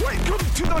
Welcome to the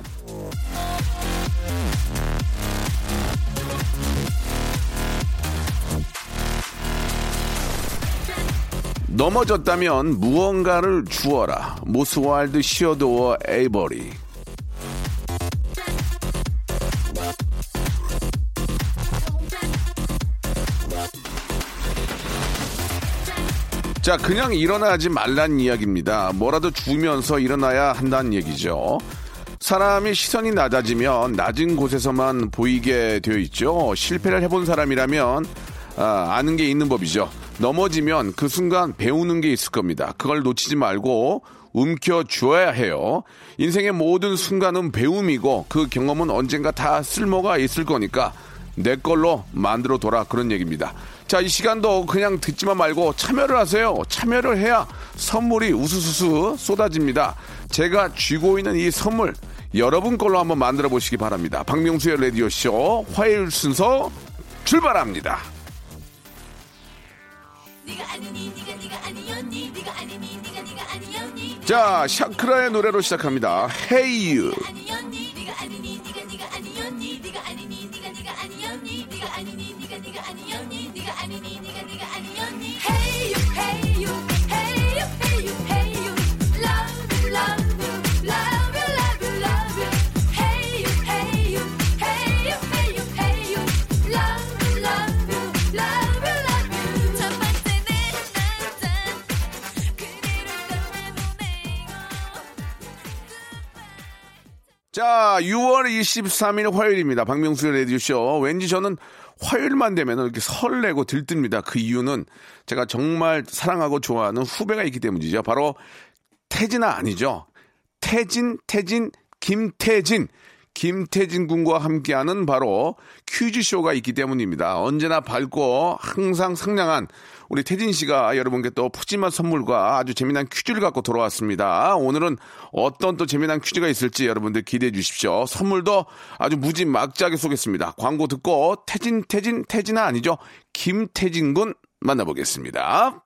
넘어졌다면 무언가를 주어라 모스왈드 시어도어 에이버리 자, 그냥 일어나지 말란 이야기입니다. 뭐라도 주면서 일어나야 한다는 얘기죠. 사람이 시선이 낮아지면 낮은 곳에서만 보이게 되어 있죠. 실패를 해본 사람이라면 아, 는게 있는 법이죠. 넘어지면 그 순간 배우는 게 있을 겁니다. 그걸 놓치지 말고 움켜쥐어야 해요. 인생의 모든 순간은 배움이고 그 경험은 언젠가 다 쓸모가 있을 거니까 내 걸로 만들어 둬라 그런 얘기입니다. 자, 이 시간도 그냥 듣지만 말고 참여를 하세요. 참여를 해야 선물이 우수수수 쏟아집니다. 제가 쥐고 있는 이 선물 여러분 걸로 한번 만들어 보시기 바랍니다. 박명수의 라디오 쇼 화요일 순서 출발합니다. 네가 아니니 네가 네가 아니었니 네가 아니니 네가 네가 아니었니 자, 샤크라의 노래로 시작합니다. Hey You. 아니었니 네가 아니니 네가 네가 아니었니 네가 아니니 네가 네가 아니었니 네가 아니니 네가 네가 아니었니 네가 아니니 네가 네가 아니었니 Hey you hey you hey you hey you hey you love you love you love you love you love you Hey you hey you hey you hey you hey you love you love you love you love you 첫 번째 내 남자 그대를 떠나보내고 자, 6월 23일 화요일입니다. 박명수의 라디오쇼. 왠지 저는 화요일만 되면 이렇게 설레고 들뜹니다. 그 이유는 제가 정말 사랑하고 좋아하는 후배가 있기 때문이죠. 바로 태진아 아니죠. 태진, 태진, 김태진. 김태진 군과 함께하는 바로 퀴즈쇼가 있기 때문입니다. 언제나 밝고 항상 상냥한 우리 태진 씨가 여러분께 또 푸짐한 선물과 아주 재미난 퀴즈를 갖고 돌아왔습니다. 오늘은 어떤 또 재미난 퀴즈가 있을지 여러분들 기대해 주십시오. 선물도 아주 무지막지하게 쏘겠습니다. 광고 듣고 태진, 태진, 태진아 아니죠. 김태진 군 만나보겠습니다.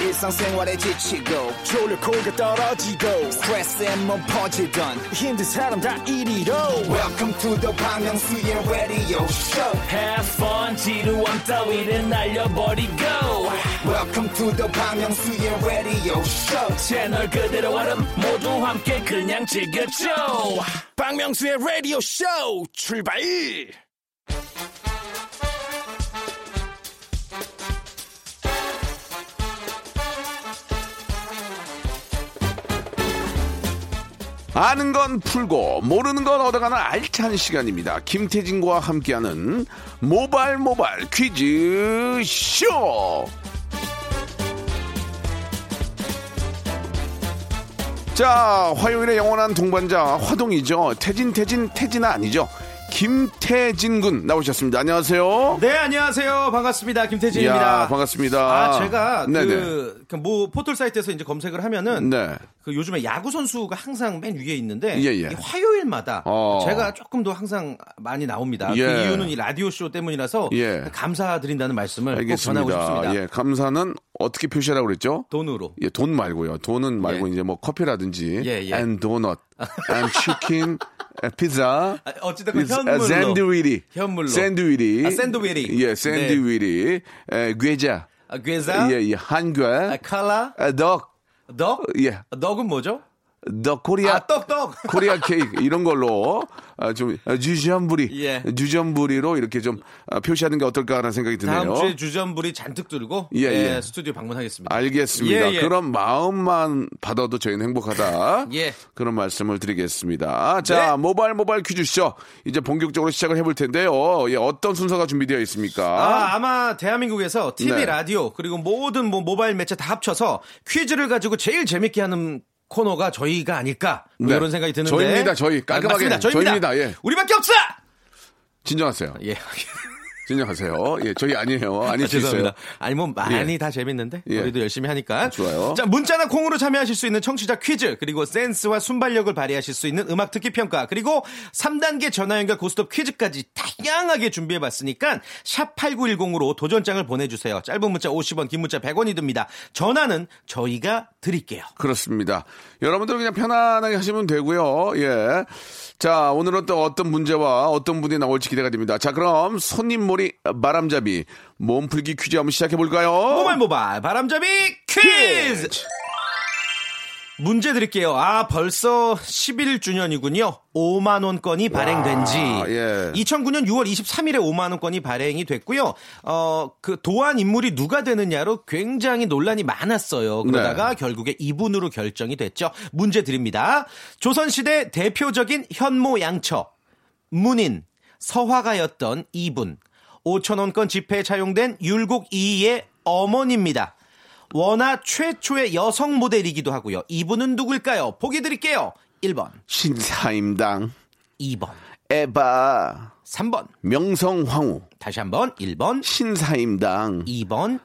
일상생활에 지치고, 졸려 코가 떨어지고, 스트레스에 몸 퍼지던, 힘든 사람 다 이리로. welcome to the Bang Myung-soo's radio show Have fun 지루함 따위를 날려버리고 welcome to the Bang Myung-soo's radio show 채널 그대로 얼음 모두 함께 그냥 즐겨줘 박명수의 radio show 출발 아는 건 풀고 모르는 건 얻어가는 알찬 시간입니다. 김태진과 함께하는 모발 모발 퀴즈 쇼. 자, 화요일의 영원한 동반자 화동이죠. 태진 태진 태진아 아니죠. 김태진 군 나오셨습니다. 안녕하세요. 네, 안녕하세요. 반갑습니다. 김태진입니다. 이야, 반갑습니다. 아, 제가 네네. 그, 그뭐 포털 사이트에서 이제 검색을 하면은 네. 그 요즘에 야구 선수가 항상 맨 위에 있는데 예, 예. 이 화요일마다 어. 제가 조금 더 항상 많이 나옵니다. 예. 그 이유는 이 라디오 쇼 때문이라서 예. 감사드린다는 말씀을 알겠습니다. 꼭 전하고 싶습니다. 예, 감사는 어떻게 표시하라고 그랬죠? 돈으로. 예, 돈 말고요. 돈은 말고 이제 뭐 커피라든지 예, 예. and 도넛, and 치킨, and 피자. 아, 어찌됐건 현물로. 샌드위리. 현물로. 샌드위리. 아, 샌드위리. 예, 샌드위리. 에, 괴자. 아, 괴자? 그 예, 예, 한괴. 칼라? 아, 덕. 덕? 예. 덕은 아, 뭐죠? 덕 코리아. 아, 떡떡. 코리아 케이크 이런 걸로 아, 좀 아, 주전부리. 예. 주전부리로 이렇게 좀 아, 표시하는 게 어떨까라는 생각이 드네요. 다음 주에 주전부리 잔뜩 들고 예, 예, 예. 스튜디오 방문하겠습니다. 알겠습니다. 예, 예. 그런 마음만 받아도 저희는 행복하다. 예. 네. 그런 말씀을 드리겠습니다. 자, 모바일 모바일 퀴즈쇼. 이제 본격적으로 시작을 해볼 텐데요. 예, 어떤 순서가 준비되어 있습니까? 아, 아마 대한민국에서 TV, 네. 라디오, 그리고 모든 뭐 모바일 매체 다 합쳐서 퀴즈를 가지고 제일 재밌게 하는 코너가 저희가 아닐까. 뭐 네. 이런 생각이 드는데. 저희입니다, 저희. 깔끔하게. 아, 맞습니다. 저희입니다. 저희입니다, 예. 우리밖에 없어! 진정하세요. 예. 진정하세요. 예, 저희 아니에요. 아닐 아, 수 있어요. 죄송합니다. 아니, 뭐, 많이 예. 다 재밌는데. 예. 우리도 열심히 하니까. 좋아요. 자, 문자나 콩으로 참여하실 수 있는 청취자 퀴즈, 그리고 센스와 순발력을 발휘하실 수 있는 음악 듣기 평가, 그리고 3단계 전화 연결 고스톱 퀴즈까지 다양하게 준비해 봤으니까 샵8910으로 도전장을 보내 주세요. 짧은 문자 50원, 긴 문자 100원이 듭니다. 전화는 저희가 드릴게요. 그렇습니다. 여러분들 그냥 편안하게 하시면 되고요. 예. 자, 오늘은 또 어떤 문제와 어떤 분이 나올지 기대가 됩니다. 자, 그럼 손님몰이 바람잡이 몸풀기 퀴즈 한번 시작해 볼까요? 모발 모발 바람잡이 퀴즈! 문제 드릴게요. 아, 벌써 11주년이군요. 5만원권이 발행된 지. 예. 2009년 6월 23일에 5만원권이 발행이 됐고요. 어, 그 도안 인물이 누가 되느냐로 굉장히 논란이 많았어요. 그러다가 결국에 이분으로 결정이 됐죠. 문제 드립니다. 조선시대 대표적인 현모양처, 문인, 서화가였던 이분. 5천원권 지폐에 차용된 율곡 이의 어머니입니다. 원화 최초의 여성 모델이기도 하고요. 이분은 누굴까요? 보기 드릴게요. 1번, 신사임당 2번, 에바 3번. 명성황후 다시 한번 1번, 신사임당 2번,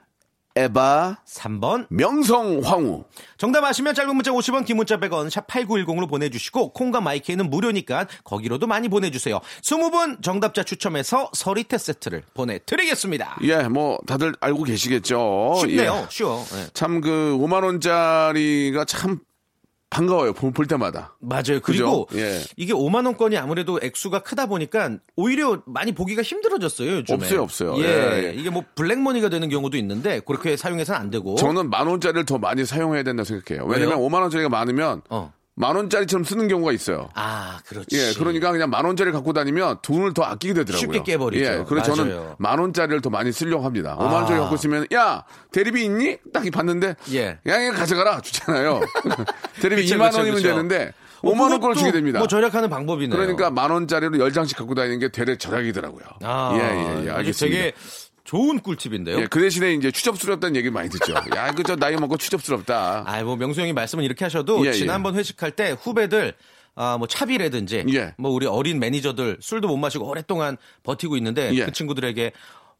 에바 3번. 명성황후 정답 아시면 짧은 문자 50원, 긴 문자 100원, 샵 8910으로 보내주시고 콩과 마이크는 무료니까 거기로도 많이 보내주세요. 20분 정답자 추첨해서 서리태 세트를 보내드리겠습니다. 예, 뭐 다들 알고 계시겠죠. 쉽네요. 예. 쉬워. 예. 참 그 5만 원짜리가 참 반가워요. 볼, 볼 때마다. 맞아요. 그죠? 그리고 예. 이게 5만 원권이 아무래도 액수가 크다 보니까 오히려 많이 보기가 힘들어졌어요. 요즘에. 없어요, 없어요. 예, 예, 예. 이게 뭐 블랙머니가 되는 경우도 있는데 그렇게 사용해서는 안 되고. 저는 만 원짜리를 더 많이 사용해야 된다 고 생각해요. 왜냐면 뭐? 왜요? 5만 원짜리가 많으면 어. 만 원짜리처럼 쓰는 경우가 있어요. 아, 그렇지. 예, 그러니까 그냥 만 원짜리 갖고 다니면 돈을 더 아끼게 되더라고요. 쉽게 깨버리죠. 예, 그래서 저는 맞아요. 아. 만 원짜리를 더 많이 쓰려고 합니다. 5만 원짜리 갖고 있으면 야 대리비 있니? 딱 봤는데 예. 야 이거 가져가라 주잖아요. 대리비 그쵸, 2만 그쵸, 원이면 그쵸. 되는데 어, 5만 원꼴 그것도 주게 됩니다. 뭐 절약하는 방법이네요. 그러니까 만 원짜리로 열 장씩 갖고 다니는 게 되레 절약이더라고요. 아, 예, 예, 예, 이게 알겠습니다. 되게 좋은 꿀팁인데요. 예, 그 대신에 이제 추접스럽다는 얘기를 많이 듣죠. 야, 그저 나이 먹고 추접스럽다. 아이 뭐 명수 형이 말씀을 이렇게 하셔도 예, 예. 지난번 회식할 때 후배들 아, 뭐, 차비라든지, 예. 뭐, 우리 어린 매니저들 술도 못 마시고 오랫동안 버티고 있는데, 예. 그 친구들에게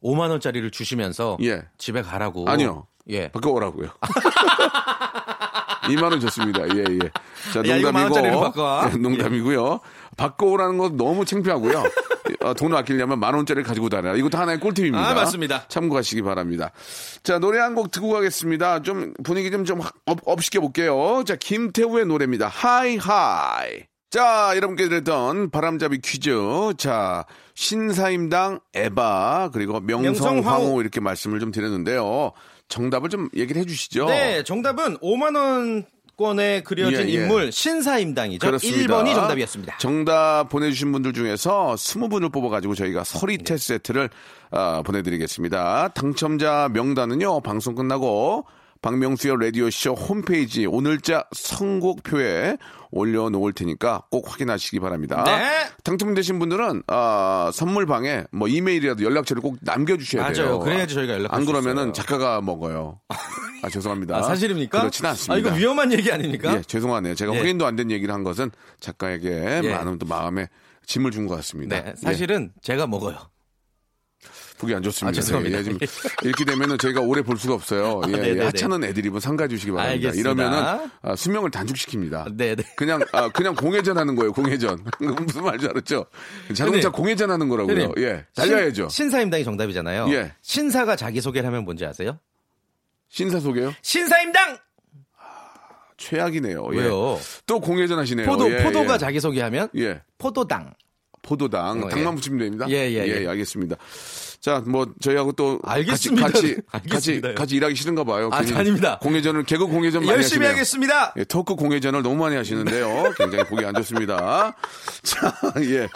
5만원짜리를 주시면서, 예. 집에 가라고. 아니요. 예. 바꿔 오라고요. 2만 원 좋습니다. 예, 예. 자, 야, 이거 만 원짜리로 농담이고. 바꿔. 예, 농담이고요. 바꿔 오라는 건 너무 창피하고요. 어, 돈을 아끼려면 만 원짜리 를 가지고 다녀라. 이것도 하나의 꿀팁입니다. 아, 맞습니다. 참고하시기 바랍니다. 자, 노래 한 곡 듣고 가겠습니다. 좀 분위기 좀 좀 업시켜 볼게요. 자, 김태우의 노래입니다. 하이 하이. 자, 여러분께 드렸던 바람잡이 퀴즈. 자, 신사임당 에바 그리고 명성황후 명성황후. 이렇게 말씀을 좀 드렸는데요. 정답을 좀 얘기를 해 주시죠. 네, 정답은 5만원 권에 그려진 어. 예, 예. 인물, 신사임당이죠. 그렇습니다. 1번이 정답이었습니다. 정답 보내주신 분들 중에서 20분을 뽑아가지고 저희가 네. 서리태 세트를 아, 보내드리겠습니다. 당첨자 명단은요, 방송 끝나고 박명수의 라디오쇼 홈페이지 오늘자 선곡표에 올려놓을 테니까 꼭 확인하시기 바랍니다. 네. 당첨되신 분들은 아, 선물방에 뭐 이메일이라도 연락처를 꼭 남겨주셔야 돼요. 맞아요. 그래야지 저희가 연락할 안 수 그러면은 있어요. 작가가 먹어요. 아 죄송합니다. 아, 사실입니까? 그렇진 않습니다. 아, 이거 위험한 얘기 아닙니까? 예, 죄송하네요. 제가 예. 확인도 안 된 얘기를 한 것은 작가에게 예. 많은 또 마음에 짐을 준 것 같습니다. 네, 사실은 예. 제가 먹어요. 보기 안 좋습니다. 아, 죄송합니다. 예, 예, 지금 이렇게 되면은 저희가 오래 볼 수가 없어요. 예, 아, 네네네. 예, 하찮은 애드립은 상가해 주시기 바랍니다. 알겠습니다. 이러면은 아, 수명을 단축시킵니다. 네네. 그냥 아, 그냥 공회전 하는 거예요. 공회전 무슨 말인지 알았죠? 자동차 선생님. 공회전 하는 거라고요. 선생님, 예, 달려야죠. 신, 신사임당이 정답이잖아요. 예. 신사가 자기 소개를 하면 뭔지 아세요? 신사 소개요? 신사임당 최악이네요. 예. 왜요? 또 공회전 하시네요. 포도 예, 포도가 예. 자기 소개하면 예. 포도당. 포도당 어, 예. 당만 붙이면 됩니다. 예, 예, 예. 알겠습니다. 자, 뭐 저희하고 또 알겠습니다. 같이 같이 같이, 알겠습니다. 같이 일하기 싫은가 봐요. 아, 괜히 아닙니다. 공회전을 개그 공회전 많이 열심히 하시네요. 하겠습니다. 예, 토크 공회전을 너무 많이 하시는데요. 굉장히 보기 안 좋습니다. 자, 예.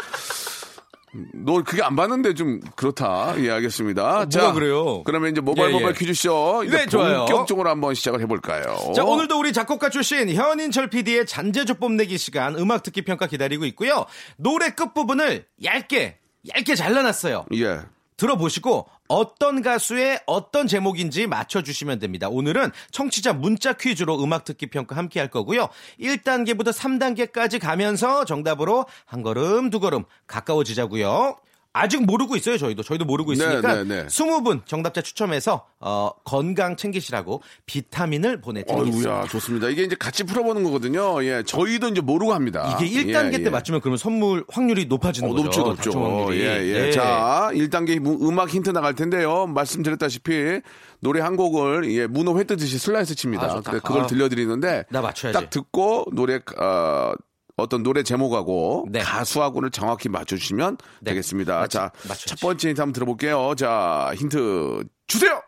너 그게 안 봤는데 좀 그렇다. 예, 알겠습니다. 자, 어, 그래요? 그러면 이제 모바일 예, 예. 모바일 퀴즈쇼 이제 네, 좋아요. 본격적으로 한번 시작을 해볼까요? 자, 오늘도 우리 작곡가 출신 현인철 PD의 잔재주 뽐내기 시간 음악 듣기 평가 기다리고 있고요. 노래 끝부분을 얇게, 얇게 잘라놨어요. 예. 들어보시고 어떤 가수의 어떤 제목인지 맞춰주시면 됩니다. 오늘은 청취자 문자 퀴즈로 음악 듣기 평가 함께 할 거고요. 1단계부터 3단계까지 가면서 정답으로 한 걸음, 두 걸음 가까워지자고요. 아직 모르고 있어요, 저희도. 저희도 모르고 있으니까 네, 네, 네. 20분 정답자 추첨해서 어, 건강 챙기시라고 비타민을 보내드리겠습니다. 어우야, 좋습니다. 이게 이제 같이 풀어보는 거거든요. 예, 저희도 이제 모르고 합니다. 이게 1단계 예, 때 예. 맞추면 그러면 선물 확률이 높아지는 어, 거죠. 높죠, 당첨 높죠. 확률이. 예, 예. 네. 자, 1단계 음악 힌트 나갈 텐데요. 말씀드렸다시피 노래 한 곡을 예, 문어 회 뜨듯이 슬라이스 칩니다. 아, 좋다. 근데 그걸 아. 들려드리는데 나 맞춰야지. 딱 듣고 노래 어, 어떤 노래 제목하고 네. 가수하고를 정확히 맞춰주시면 네. 되겠습니다. 맞춰- 자, 맞춰야지. 첫 번째 힌트 한번 들어볼게요. 자, 힌트 주세요.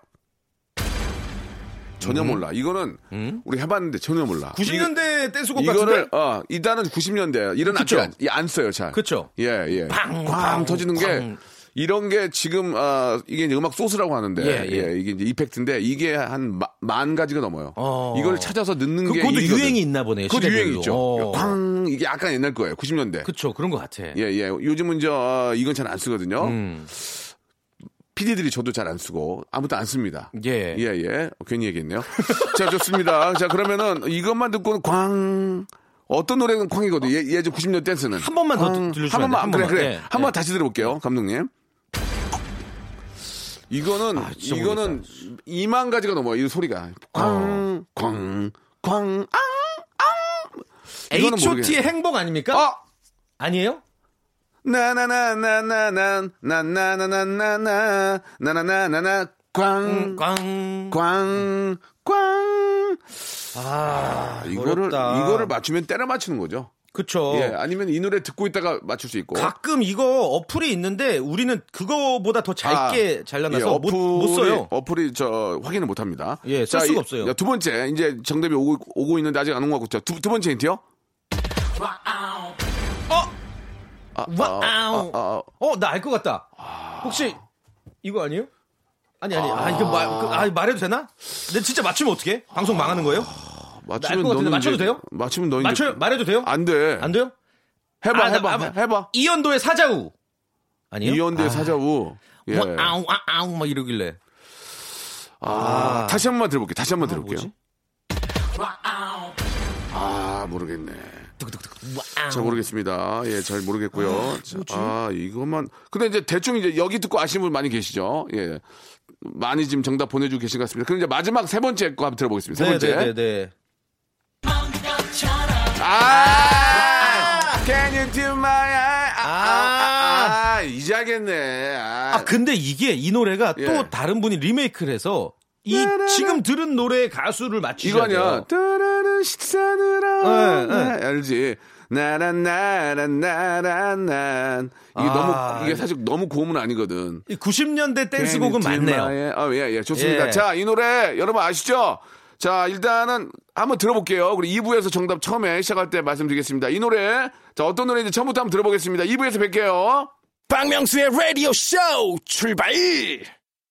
전혀 몰라. 이거는 우리 해봤는데 전혀 몰라. 음. 90년대 댄스곡 이거를 같은데? 어 일단은 90년대 이런 악기 그쵸? 안, 이- 안 써요 잘. 그쵸? 예 예. 꽝 팡, 꽝, 터지는 게 꽝. 이런 게 지금 아 이게 이제 음악 소스라고 하는데 예, 예. 예, 이게 이제 이펙트인데 이게 한 만 가지가 넘어요. 어. 이걸 찾아서 넣는 그- 게 그것도 일이거든. 유행이 있나 보네요, 그것도 시대별로. 유행이 있죠. 어. 꽝 이게 약간 옛날 거예요. 90년대. 그쵸, 그런 것 같아. 예 예. 요즘은 저 아, 이건 잘 안 쓰거든요. 음. PD들이 저도 잘 안 쓰고 아무도 안 씁니다. 예. 예, 예. 어, 괜히 얘기했네요. 자, 좋습니다. 자, 그러면은 이것만 듣고는 광. 어떤 노래는 쾅이거든. 얘, 얘 90년 댄스는. 한 번만 더 들- 들려주면 한 안 돼요? 번만, 한 그래, 번만. 그래. 예, 한 번 예. 다시 들어볼게요, 감독님. 이거는, 아, 진짜 이거는 2만 가지가 넘어요, 이 소리가. 어. 쾅, 쾅, 쾅, 앙, 앙. 이거는 H.O.T의 모르겠네. 행복 아닙니까? 어! 아니에요? 나나나나나나나나나나나나나나 음. 꽝. 음, 꽝. 꽝, 꽝. 아, 이거를, 어렵다. 이거를 맞추면 때려 맞추는 거죠. 그쵸. 예, 아니면 이 노래 듣고 있다가 맞출 수 있고. 가끔 이거 어플이 있는데 우리는 그거보다 더 짧게 아, 잘라놔서 예, 못, 못 써요. 어플이 저 확인을 못 합니다. 예, 쓸 수가 없어요. 두 번째, 이제 정답이 오고, 오고 있는데 아직 안 온 것 같고. 자, 두, 두 번째 힌트요? 아, 와우. 아. 어, 나 알 것 같다. 혹시 이거 아니에요? 아니, 아니. 아, 이거 말, 그, 아, 말해도 되나? 내 진짜 맞추면 어떡해? 방송 망하는 거예요? 맞추면 것 같은데 너는 맞춰도 이제- 돼요? 맞추면 너 아, 이제. 맞춰요? 말해도 돼요? 뭐- 안 돼. 안 돼요? 해봐, 아, 나- 해봐, 아, 해봐. 이연도의 사자우. 아니요? 이현대 아, 뭐, 사자우. 예. 와우, 와우, 막 이러길래. 아, 다시 한 번만 들어볼게요. 다시 한 번 뭐지? 들어볼게요. 아, 모르겠네. 와우. 잘 모르겠습니다. 예, 잘 모르겠고요. 자, 아, 이것만. 근데 이제 대충 이제 여기 듣고 아시는 분 많이 계시죠? 예. 많이 지금 정답 보내주고 계신 것 같습니다. 그럼 이제 마지막 세 번째 거 한번 들어보겠습니다. 세 번째. 네, 네, 네. 네. 아! Can you do my eye? 아, 아, 아. 아, 아, 이제 알겠네. 아, 아 근데 이게 이 노래가 예. 또 다른 분이 리메이크를 해서 이 따라라. 지금 들은 노래의 가수를 맞추셔야 이거냐. 돼요. 따라라 식사느라. 예, 예. 네, 알지. 나란, 나란, 나란, 난. 이게 아, 너무, 이게 사실 너무 고음은 아니거든. 이 90년대 댄스곡은 괜히 맞네요. 뒷마에- 아, 예, 예, 좋습니다. 예. 자, 이 노래 여러분 아시죠? 자, 일단은 한번 들어볼게요. 우리 2부에서 정답 처음에 시작할 때 말씀드리겠습니다. 이 노래, 자, 어떤 노래인지 처음부터 한번 들어보겠습니다. 2부에서 뵐게요. 박명수의 라디오 쇼 출발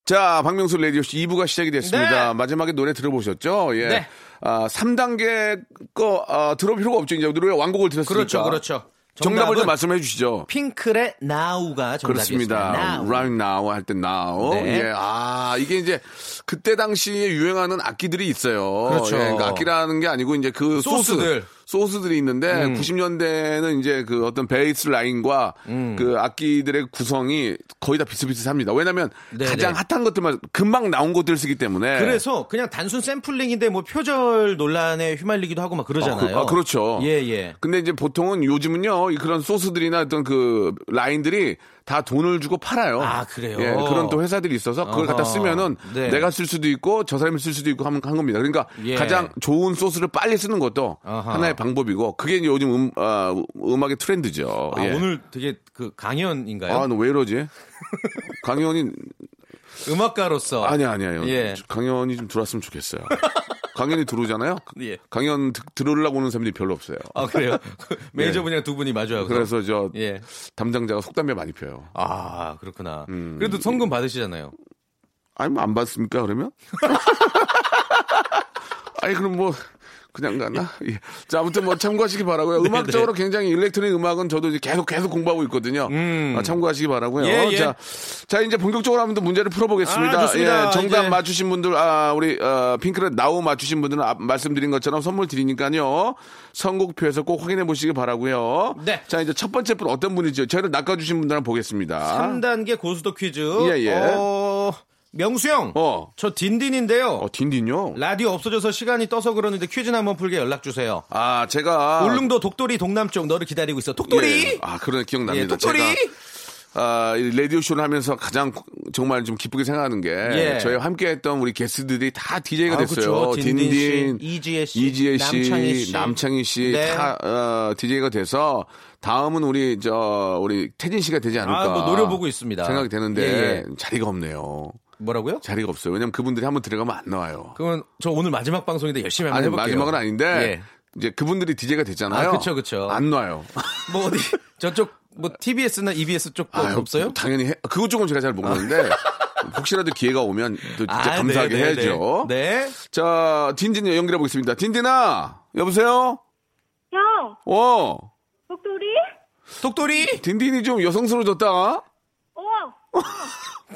자, 박명수 레디오 씨 2부가 시작이 됐습니다. 네. 마지막에 노래 들어보셨죠? 예. 네. 아, 3단계 거 아, 들어볼 필요가 없죠. 이제 노래 완곡을 들었으니까. 그렇죠, 그렇죠. 정답을 좀 정답은 말씀해 주시죠. 핑클의 Now가 정답이었습니다. 그렇습니다. Now. Right now 할 때 now. 네. 예. 아, 이게 이제 그때 당시에 유행하는 악기들이 있어요. 그렇죠. 예, 그러니까 악기라는 게 아니고 이제 그 소스들. 소스, 들이 있는데 음. 90년대는 이제 그 어떤 베이스 라인과 음. 그 악기들의 구성이 거의 다 비슷비슷합니다. 왜냐면 네네. 가장 핫한 것들만 금방 나온 것들 쓰기 때문에 그래서 그냥 단순 샘플링인데 뭐 표절 논란에 휘말리기도 하고 막 그러잖아요. 아, 그, 렇죠 예, 예. 근데 이제 보통은 요즘은요, 이 그런 소스들이나 어떤 그 라인들이 다 돈을 주고 팔아요. 아, 그래요? 예, 그런 또 회사들이 있어서 그걸 갖다 어허. 쓰면은 네. 내가 쓸 수도 있고 저 사람이 쓸 수도 있고 하면 한 겁니다. 그러니까 예. 가장 좋은 소스를 빨리 쓰는 것도 아하. 하나의 방법이고 그게 이제 요즘 음, 아, 음악의 트렌드죠. 아, 예. 오늘 되게 그 강연인가요? 아, 너 왜 이러지? 강연이 음악가로서 아니 아니에요. 예. 강연이 좀 들어왔으면 좋겠어요. 강연이 들어오잖아요. 예. 강연 듣- 들으려고 오는 사람들이 별로 없어요. 아 그래요? 매니저 분이랑 두 분이 마주하고 예. 그래서 저 예. 담당자가 속담배 많이 펴요. 아 그렇구나. 음. 그래도 성금 받으시잖아요. 아니 뭐안 받습니까 그러면? 아니 그럼 뭐 그냥 가나? 예. 자 아무튼 뭐 참고하시기 바라고요. 네, 음악적으로 굉장히 일렉트로닉 음악은 저도 이제 계속 계속 공부하고 있거든요. 아, 참고하시기 바라고요. 음. 예, 예. 자, 자 이제 본격적으로 한번 더 문제를 풀어보겠습니다. 아, 좋습니다. 예, 정답 이제. 맞추신 분들 아 우리 어, 핑크렛 나우 맞추신 분들은 앞 말씀드린 것처럼 선물 드리니까요. 선곡표에서 꼭 확인해 보시기 바라고요. 네. 자 이제 첫 번째 분 어떤 분이죠? 저희를 낚아주신 분들 한번 보겠습니다. 3단계 고수도 퀴즈. 예, 예. 어, 명수형. 어. 저 딘딘인데요. 어 딘딘요? 라디오 없어져서 시간이 떠서 그러는데 퀴즈나 한번 풀게 연락 주세요. 아 제가 울릉도 독도리 동남쪽 너를 기다리고 있어. 독도리. 예. 아, 그런 기억납니다. 예, 독도리. 제가 아, 이 라디오 쇼를 하면서 가장 정말 좀 기쁘게 생각하는 게 예. 저희와 함께했던 우리 게스트들이 다 DJ가 아, 됐어요. 그쵸. 딘딘 씨, 이지혜 씨, 이지혜 씨, 남창희 씨. 남창희 씨, 네. 다 어, DJ가 돼서 다음은 우리 저 우리 태진 씨가 되지 않을까? 아, 뭐 노려보고 있습니다. 생각이 되는데 예, 예. 자리가 없네요. 뭐라고요? 자리가 없어요. 왜냐면 그분들이 한번 들어가면 안 나와요. 그건 저 오늘 마지막 방송인데 열심히 한번 아니 해볼게요. 마지막은 아닌데 예. 이제 그분들이 DJ가 됐잖아요. 아, 그쵸, 그쵸. 안 놔요. 뭐 어디 저쪽 뭐 TBS나 EBS 쪽도 아유, 없어요? 당연히 해. 그것 조금 제가 잘 모르는데 혹시라도 기회가 오면 또 진짜 아, 감사하게 네, 네, 네. 해야죠. 네. 자, 딘딘 연결해 보겠습니다. 딘딘아, 여보세요? 형, 어, 목도리? 독도리. 딘딘이 좀 여성스러워졌다. 어,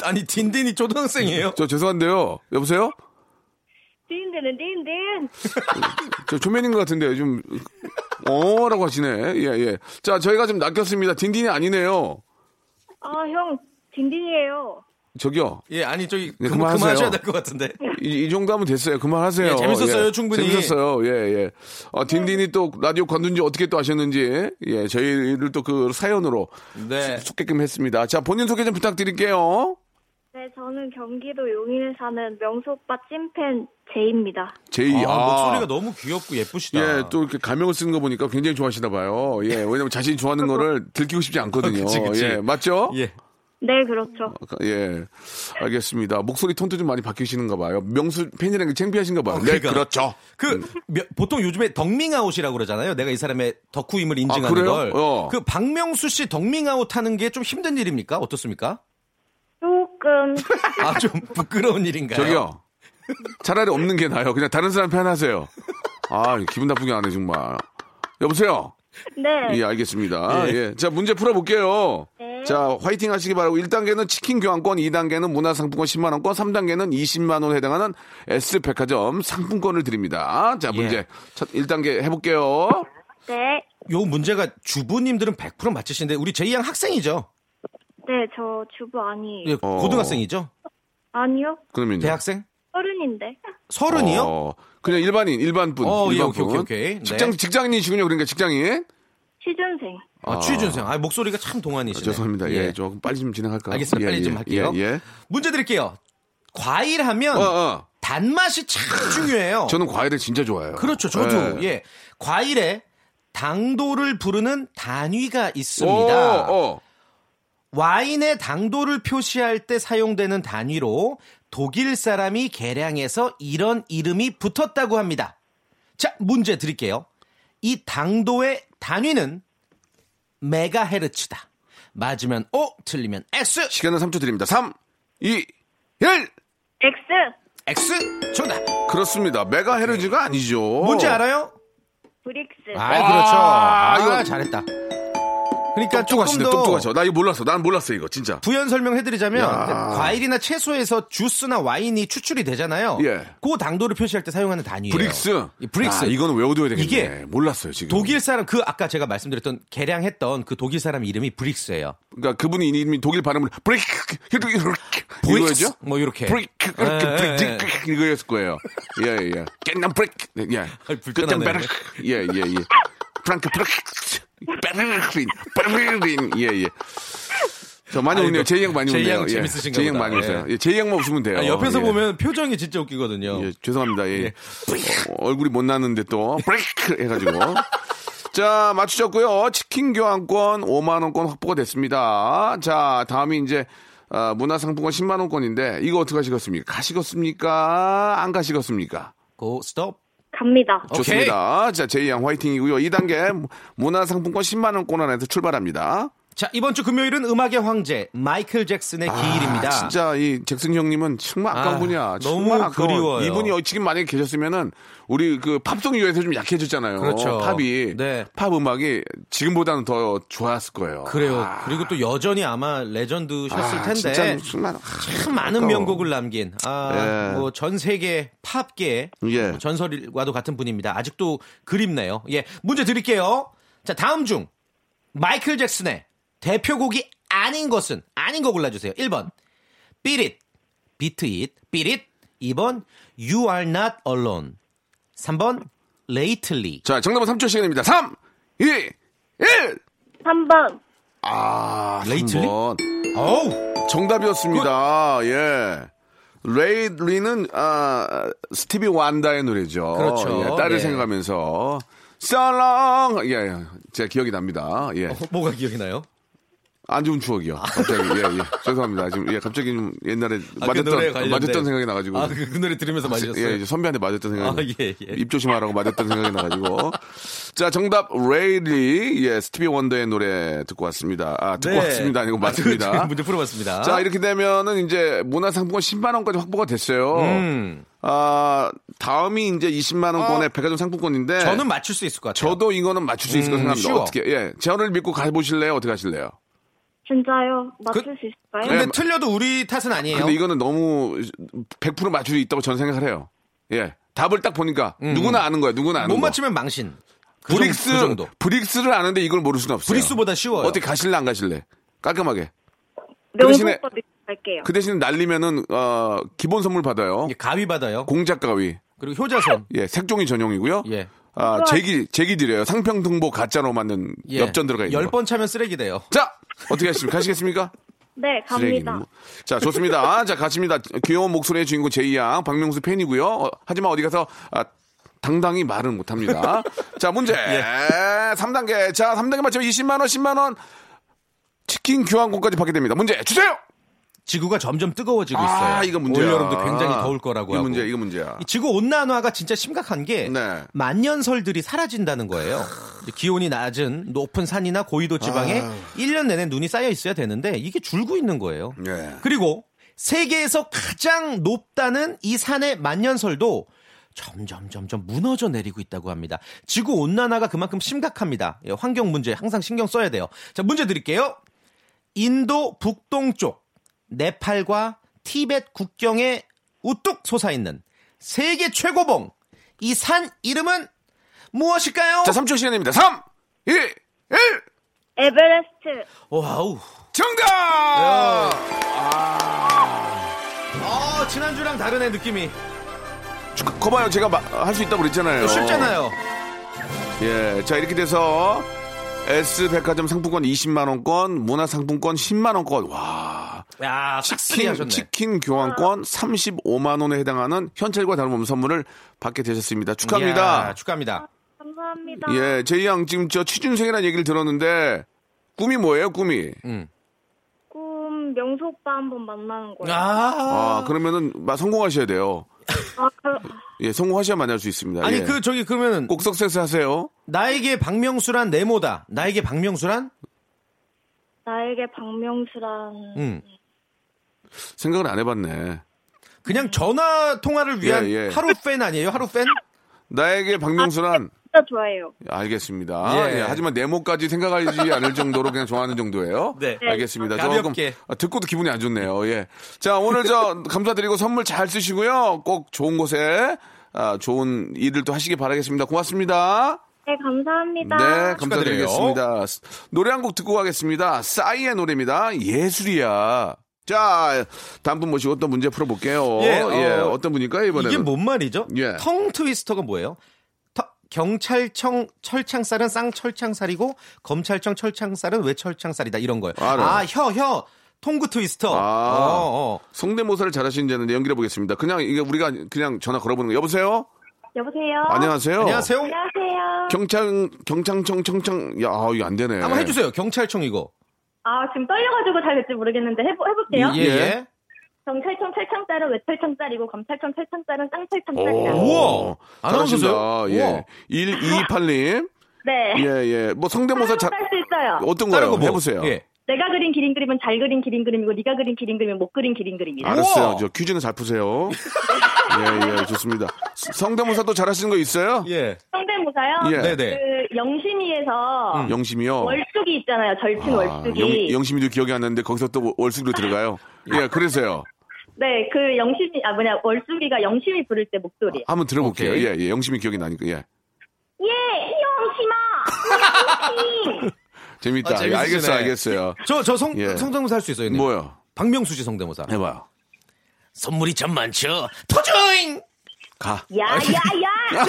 아니 딘딘이 초등학생이에요. 저 죄송한데요. 여보세요? 딘딘은 딘딘. 저 초면인 것 같은데 좀 어라고 하시네. 예, 예. 자, 저희가 좀 낚였습니다. 딘딘이 아니네요. 아, 형, 딘딘이에요. 저기요. 예, 아니 저기 네, 그만 그만하세요. 그만하셔야 될 것 같은데. 이, 이 정도 하면 됐어요. 그만하세요. 예, 재밌었어요, 충분히. 재밌었어요. 예, 예. 어, 딘딘이 또 라디오 관둔지 어떻게 또 아셨는지, 예, 저희를 또 그 사연으로 네. 속게끔 했습니다. 자, 본인 소개 좀 부탁드릴게요. 네, 저는 경기도 용인에 사는 명수 오빠 찐팬 제이입니다. 제이. 아, 아. 목소리가 너무 귀엽고 예쁘시다. 예, 또 이렇게 가명을 쓰는 거 보니까 굉장히 좋아하시나 봐요. 예, 왜냐면 자신이 좋아하는 거를 들키고 싶지 않거든요. 그치, 그치. 예, 맞죠? 예. 네, 그렇죠. 예, 알겠습니다. 목소리 톤도 좀 많이 바뀌시는가 봐요. 명수 팬이라는 게 창피하신가 봐요. 네, 그러니까. 그렇죠. 그 며- 보통 요즘에 덕밍아웃이라고 그러잖아요. 내가 이 사람의 덕후임을 인증하는 아, 그래요? 걸. 어. 그 박명수 씨 덕밍아웃 하는 게 좀 힘든 일입니까? 어떻습니까? 조금, 아 좀 부끄러운 일인가요? 저기요. 차라리 없는 게 나아요. 그냥 다른 사람 편하세요. 아, 기분 나쁘게 하네, 정말. 여보세요? 네. 예, 알겠습니다. 예. 자, 문제 풀어볼게요. 네. 자, 화이팅 하시기 바라고. 1단계는 치킨 교환권, 2단계는 문화상품권 10만원권, 3단계는 20만원에 해당하는 S백화점 상품권을 드립니다. 자, 문제. 예. 첫 1단계 해볼게요. 네. 요 문제가 주부님들은 100% 맞히시는데 우리 제이 양 학생이죠? 네, 저 주부 아니에요. 예, 어. 고등학생이죠? 아니요, 그러면요. 대학생? 어른인데. 서른이요? 어, 그냥 일반인, 일반분. 어, 예, 일반분. 오케이, 오케이, 오케이. 네. 직장, 직장인이시군요. 그러니까 직장인. 취준생. 아, 취준생. 아, 목소리가 참 동안이시네. 죄송합니다. 예, 조금 빨리 좀 진행할까요? 알겠습니다. 예, 빨리 좀 예, 할게요. 예, 예. 문제 드릴게요. 과일 하면 어, 어. 단맛이 참 중요해요. 저는 과일을 진짜 좋아해요. 그렇죠. 저도 예. 예. 과일에 당도를 부르는 단위가 있습니다. 오, 어. 와인의 당도를 표시할 때 사용되는 단위로 독일 사람이 개량해서 이런 이름이 붙었다고 합니다. 자, 문제 드릴게요. 이 당도의 단위는 메가헤르츠다. 맞으면 O, 틀리면 X. 시간은 3초 드립니다. 3, 2, 1! X. X 정답. 그렇습니다. 메가헤르즈가 아니죠. 뭔지 네. 알아요? 브릭스. 아, 그렇죠. 아, 이거- 잘했다. 그러니까 똑똑하시네, 조금 더- 똑똑하셔. 나 이거 몰랐어. 난 몰랐어, 이거, 진짜. 부연 설명해드리자면 야. 과일이나 채소에서 주스나 와인이 추출이 되잖아요. 예. 그 당도를 표시할 때 사용하는 단위예요. 브릭스. 이 브릭스. 아, 이거는 외워둬야 되겠네. 이게 몰랐어요, 지금. 독일 사람 그 아까 제가 말씀드렸던 개량했던 그 독일 사람 이름이 브릭스예요. 그러니까 그분이 이미 독일 발음을 브릭 이렇게 브릭스 이거죠? 뭐 이렇게 브릭 예, 이렇게 예, 예. 브릭 이거였을 거예요. 예, 예. 깻남 브릭. 예. 그땐 불편하네. 베르크. 예, 예, 예. 프랑크 브릭. 베르크린. 베르크린. 예, 예. 저 많이 아이고, 웃네요. 제이 형 많이 제이 웃네요. 형 예. 재밌으신가 제이 형 보다. 많이 웃어요. 예. 예, 제이 형만 웃으면 돼요. 아, 옆에서 예. 보면 표정이 진짜 웃기거든요. 예, 죄송합니다. 예. 어, 얼굴이 못 나는데 또 브레이크 해가지고. 자, 맞추셨고요. 치킨 교환권 5만 원권 확보가 됐습니다. 자, 다음이 이제 아, 문화상품권 10만 원권인데 이거 어떻게 하시겠습니까? 가시겠습니까? 안 가시겠습니까? 고 스톱. 갑니다. 어. 좋습니다. 자, 제이 양 화이팅이고요. 2단계 문화상품권 10만 원권 안에서 출발합니다. 자 이번 주 금요일은 음악의 황제 마이클 잭슨의 기일입니다. 아, 진짜 이 잭슨 형님은 정말 아까운 아, 분이야. 너무 정말 아까워. 그리워요. 이분이 어, 지금 만약에 계셨으면은 우리 그 팝송 유에서 좀 약해졌잖아요. 그렇죠. 팝이 네. 팝 음악이 지금보다는 더 좋았을 거예요. 그래요. 아, 그리고 또 여전히 아마 레전드셨을 아, 텐데 진짜 정말 참 많은 아까워. 명곡을 남긴 아, 예. 뭐 전 세계 팝계 예. 뭐 전설과도 같은 분입니다. 아직도 그립네요. 예, 문제 드릴게요. 자, 다음 중 마이클 잭슨의 대표곡이 아닌 것은 아닌 거 골라 주세요. 1번. Beat It. Beat It. Beat It. 2번. You are not alone. 3번. Lately. 자, 정답은 3초 시간입니다. 3 2 1 3번. 아, 레이틀리? 한번. 어우. 정답이었습니다. 예. 레이리는 아, 스티비 완다의 노래죠. 그렇죠. 예, 딸을 예. 생각하면서 썰렁. 예, 예, 제 기억이 납니다. 예. 어, 뭐가 기억이 나요? 안 좋은 추억이요. 갑자기 예, 예. 죄송합니다. 지금 예, 갑자기 좀 옛날에 아, 그 맞았던 노래에 관련된- 맞았던 생각이 나가지고. 아, 그, 그 노래 들으면서 마셨어요. 예, 이제 선배한테 맞았던 생각이. 아, 예, 예. 입 조심하라고 맞았던 생각이 나가지고. 자, 정답 레이리 예, 스티비 원더의 노래 듣고 왔습니다. 아, 듣고 왔습니다. 아니고 맞습니다. 네. 아, 그, 문제 풀어봤습니다. 자, 이렇게 되면은 이제 문화상품권 10만 원까지 확보가 됐어요. 음. 아, 다음이 이제 20만 원권의 어. 백화점 상품권인데 저는 맞출 수 있을 것 같아요. 저도 이거는 맞출 수 있을 것 음, 생각합니다. 쉬워. 어떻게? 예. 저를 믿고 가 보실래요? 어떻게 하실래요? 진짜요? 맞출 그- 수 있을까요? 근데 네, 틀려도 우리 탓은 아니에요. 근데 이거는 너무 100% 맞출 수 있다고 저는 생각을 해요. 예. 답을 딱 보니까 누구나 아는 거야. 누구나 아는 음. 못 거. 맞추면 망신. 그 정- 브릭스 그 정도. 브릭스를 아는데 이걸 모를 수는 없어요. 브릭스보다 쉬워요. 어떻게 가실래 안 가실래? 깔끔하게. 대신에- 명소빠 믿고 갈게요. 그 대신 날리면은 어, 기본 선물 받아요. 이게 가위 받아요. 공작 가위. 그리고 효자선. 예, 색종이 전용이고요. 예. 아, 제기 제기 드려요. 상평등보 가짜로 만든 예. 엽전 들어가 있는 열 거. 번 차면 쓰레기 돼요. 자, 어떻게 하십니까? 가시겠습니까? 네, 쓰레기. 갑니다. 자, 좋습니다. 아, 자, 가십니다. 귀여운 목소리의 주인공 제이 양, 박명수 팬이고요. 어, 하지만 어디 가서 아, 당당히 말은 못합니다. 자, 문제 예. 삼 3단계. 자, 3단계 맞추면 20만 원, 10만 원 치킨 교환권까지 받게 됩니다. 문제 주세요. 지구가 점점 뜨거워지고 있어요. 아, 이거 문제야. 올 여름도 굉장히 더울 거라고 이 하고. 문제, 이거 문제야. 이 지구 온난화가 진짜 심각한 게 네. 만년설들이 사라진다는 거예요. 이제 기온이 낮은 높은 산이나 고위도 지방에 아. 1년 내내 눈이 쌓여 있어야 되는데 이게 줄고 있는 거예요. 예. 그리고 세계에서 가장 높다는 이 산의 만년설도 점점 점점 무너져 내리고 있다고 합니다. 지구 온난화가 그만큼 심각합니다. 예, 환경 문제 항상 신경 써야 돼요. 자, 문제 드릴게요. 인도 북동쪽 네팔과 티벳 국경에 우뚝 솟아있는 세계 최고봉 이 산 이름은 무엇일까요? 자, 3초 시간입니다. 3, 2, 1. 에베레스트. 와우. 정답! 아 지난주랑 다르네 느낌이 거- 거봐요. 제가 할 수 있다고 그랬잖아요. 쉽잖아요. 예, 자 이렇게 돼서 S 백화점 상품권 20만 원권, 문화 상품권 10만 원권, 와 야 싹쓸이 치킨 하셨네. 치킨 교환권 35만 원에 해당하는 현찰과 다름없는 선물을 받게 되셨습니다. 아, 축하합니다. 이야, 축하합니다. 감사합니다. 예, 제이 양 지금 저 취준생이라는 얘기를 들었는데 꿈이 뭐예요, 꿈이? 꿈 명소빠 한번 만나는 거예요. 아, 아, 아 그러면은 막 성공하셔야 돼요. 그, 예, 성공하셔야 만날 수 있습니다. 아니 예. 그 저기 그러면 꼭 석세스 하세요. 나에게 박명수란 네모다. 나에게 박명수란 나에게 박명수란 음. 생각을 안 해봤네. 그냥 전화 통화를 위한 예, 예. 하루 팬 아니에요? 하루 팬? 나에게 박명수란 진짜 좋아해요. 알겠습니다. 예. 예, 하지만 네모까지 생각하지 않을 정도로 그냥 좋아하는 정도예요. 네. 알겠습니다. 가볍게. 조금 아, 듣고도 기분이 안 좋네요. 예. 자, 오늘 저 감사드리고 선물 잘 쓰시고요. 꼭 좋은 곳에 아, 좋은 일을 또 하시길 바라겠습니다. 고맙습니다. 네, 감사합니다. 네, 감사드리겠습니다. 노래 한 곡 듣고 가겠습니다. 싸이의 노래입니다. 예술이야. 자, 다음 분 모시고 또 문제 풀어볼게요. 예, 예, 어, 어, 떤 분일까요, 이번에는? 이게 뭐- 뭔 말이죠? 예. 텅 트위스터가 뭐예요? 터- 경찰청 철창살은 쌍철창살이고 검찰청 철창살은 왜 철창살이다 이런 거예요. 알아요. 아, 혀, 혀. 통구 트위스터. 아, 어, 어. 성대모사를 잘하시는 자는 연결해 보겠습니다. 그냥, 이게 우리가 그냥 전화 걸어보는 거. 여보세요? 여보세요. 안녕하세요. 안녕하세요. 예. 안녕하세요. 경창, 경창청, 청창, 야, 아, 이거 안 되네. 한번 해주세요. 경찰청 이거. 아, 지금 떨려가지고 잘 될지 모르겠는데 해보, 해볼게요. 예. 예. 경찰청 철창살은 외철창살이고 검찰청 철창살은 쌍철창살이다. 오, 우와. 아나운서세요? 어, 잘하신다. 우와. 예. 1228님. 네. 예, 예. 뭐 성대모사 잘, 할수 있어요. 어떤 다른 거요? 거 뭐? 해보세요. 예. 내가 그린 기린 그림은 잘 그린 기린 그림이고 네가 그린 기린 그림은 못 그린 기린 그림이다. 알았어요. 우와. 저 퀴즈는 잘 푸세요. 예, 예, 좋습니다. 스- 성대모사도 잘하시는 거 있어요? 예. 성대모사요. 예. 네네. 그 영심이에서 음. 영심이요? 월숙이 있잖아요. 절친 월숙이. 영, 심이도 기억이 안 나는데 거기서 또 월숙으로 들어가요. 예, 그래서요. 네, 그 영심이 아 뭐냐 월숙이가 영심이 부를 때 목소리. 요 한번 들어볼게요. 오케이. 예, 예, 영심이 기억이 나니까. 예. 예, 영심아. 영심. 재밌다. 아, 예, 재밌으시네. 네. 알겠어, 알겠어요. 저, 저 성, 예. 성대모사 할 수 있어요. 형님. 뭐요? 예. 박명수 씨 성대모사. 해봐요. 선물이 참 많죠. 터져잉! 가. 야야야.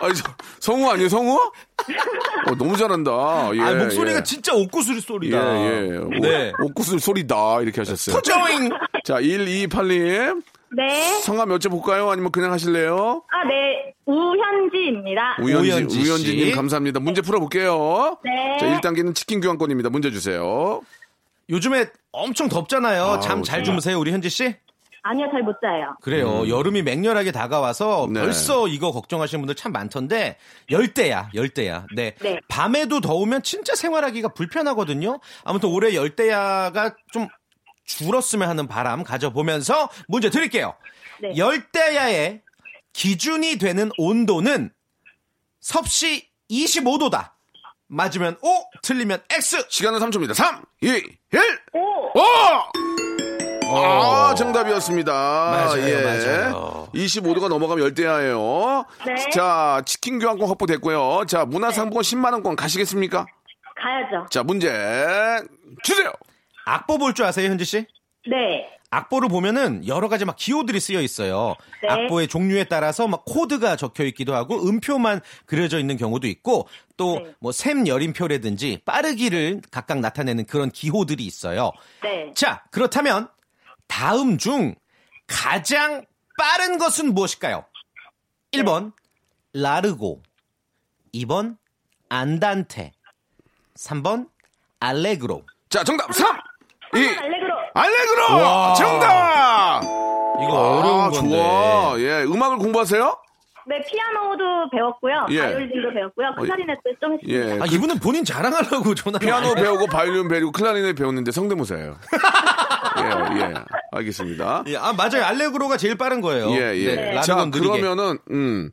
아니, 저- 성우 아니에요, 성우? 어, 너무 잘한다. 예, 아, 목소리가 예. 진짜 옷구슬 예, 소리다. 예. 옷- 네. 옷구슬 소리다. 이렇게 하셨어요. 터져잉! 자, 1228님. 네. 성함 여쭤볼까요? 아니면 그냥 하실래요? 아, 네. 우현지입니다. 우현지, 우현지 씨. 씨. 우현지님 감사합니다. 문제 풀어볼게요. 네. 자, 1단계는 치킨 교환권입니다. 문제 주세요. 요즘에 엄청 덥잖아요. 아우, 잠 잘 주무세요, 우리 현지 씨? 아니요, 잘 못 자요. 그래요. 여름이 맹렬하게 다가와서 네. 벌써 이거 걱정하시는 분들 참 많던데 열대야, 열대야. 네. 네. 밤에도 더우면 진짜 생활하기가 불편하거든요. 아무튼 올해 열대야가 좀 줄었으면 하는 바람 가져보면서 문제 드릴게요. 네. 열대야의 기준이 되는 온도는 섭씨 25도다. 맞으면 O, 틀리면 X. 시간은 3초입니다. 3, 2, 1, 오. 5! 아, 정답이었습니다. 맞아요, 맞아요. 25도가 넘어가면 열대야예요. 네. 자, 치킨 교환권 확보됐고요. 자, 문화상품권 10만원권 가시겠습니까? 가야죠. 자, 문제 주세요. 악보 볼 줄 아세요, 현지 씨? 네. 악보를 보면은 여러 가지 막 기호들이 쓰여 있어요. 네. 악보의 종류에 따라서 막 코드가 적혀 있기도 하고 음표만 그려져 있는 경우도 있고 또 네. 뭐셈 여림표라든지 빠르기를 각각 나타내는 그런 기호들이 있어요. 네. 자, 그렇다면 다음 중 가장 빠른 것은 무엇일까요? 1번 라르고 2번 안단테 3번 알레그로 자, 정답 3, 2, 알레그로. 알레그로! 와. 정답! 이거 아, 어려운 건데. 좋아. 예, 음악을 공부하세요? 네, 피아노도 배웠고요. 예. 바이올린도 배웠고요. 클라리넷도 좀 했습니다. 예. 그 아, 이분은 본인 자랑하려고 전화를 피아노 많이 배우고 바이올린 배우고 클라리넷 배웠는데 성대모사예요. 예, 예. 알겠습니다. 예, 아 맞아요. 알레그로가 제일 빠른 거예요. 네, 예, 예. 라르 자, 건 느리게. 그러면은 음.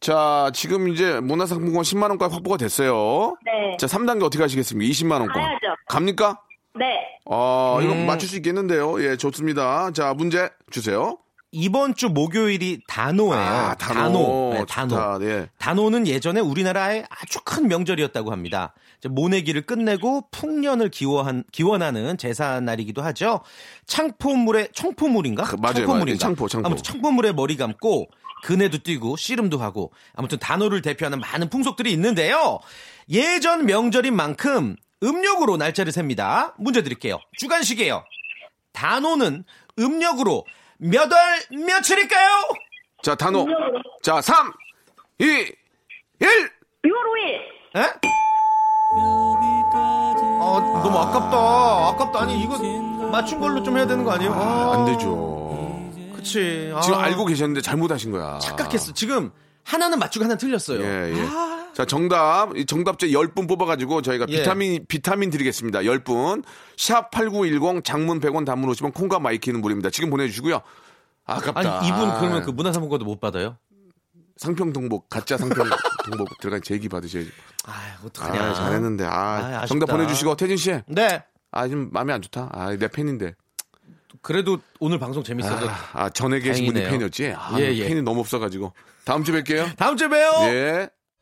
자, 지금 이제 문화상품권 10만 원권 확보가 됐어요. 네. 자, 3단계 어떻게 하시겠습니까? 20만 원권. 가야죠. 갑니까? 네. 아, 이거 음. 맞출 수 있겠는데요. 예, 좋습니다. 자, 문제 주세요. 이번 주 목요일이 단오예요. 아, 단오. 네, 좋다. 예. 단오는 예전에 우리나라의 아주 큰 명절이었다고 합니다. 이제 모내기를 끝내고 풍년을 기원한, 기원하는 제사 날이기도 하죠. 창포물에 청포물인가? 그, 맞아요, 맞아요. 창포, 창포. 아무튼 청포물에 머리 감고 그네도 뛰고 씨름도 하고 아무튼 단오를 대표하는 많은 풍속들이 있는데요. 예전 명절인 만큼 음력으로 날짜를 셉니다. 문제 드릴게요. 주간식이에요. 단오는 음력으로 몇 월 며칠일까요? 자, 단호. 자, 3 2 1 6월 5일. 에? 어, 너무 아깝다. 아깝다. 아니, 이거 맞춘 걸로 좀 해야 되는 거 아니에요? 아, 안 되죠. 그치. 아, 지금 알고 계셨는데 잘못하신 거야. 착각했어. 지금 하나는 맞추고 하나 틀렸어요. 아, 예, 예. 자, 정답. 이 정답제 10분 뽑아가지고 저희가 예. 비타민, 비타민 드리겠습니다. 10분. 샵8910 장문 100원 단문 50원 콩과 마이키는 무료입니다. 지금 보내주시고요. 아깝다. 그 아니, 이분 그러면 그 문화상품권도 못 받아요? 상평 동복 가짜 상평 동복 들어간 제기 받으셔야지. 아, 어떡하냐. 아, 잘했는데. 아, 아이, 정답 아쉽다. 보내주시고 태진 씨. 네. 아, 좀 마음이 안 좋다. 아, 내 팬인데. 그래도 오늘 방송 재밌어서 아, 아, 전에 계신 분이 다행이네요. 팬이었지. 아, 예, 예. 팬이 너무 없어가지고. 다음 주에 뵐게요. 다음 주에 봬요. 예.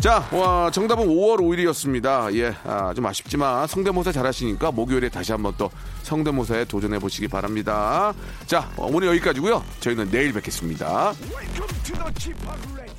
자, 와, 정답은 5월 5일이었습니다. 예, 아, 좀 아쉽지만 성대모사 잘하시니까 목요일에 다시 한번 또 성대모사에 도전해 보시기 바랍니다. 자, 어, 오늘 여기까지고요. 저희는 내일 뵙겠습니다. Welcome to the Chip Radio.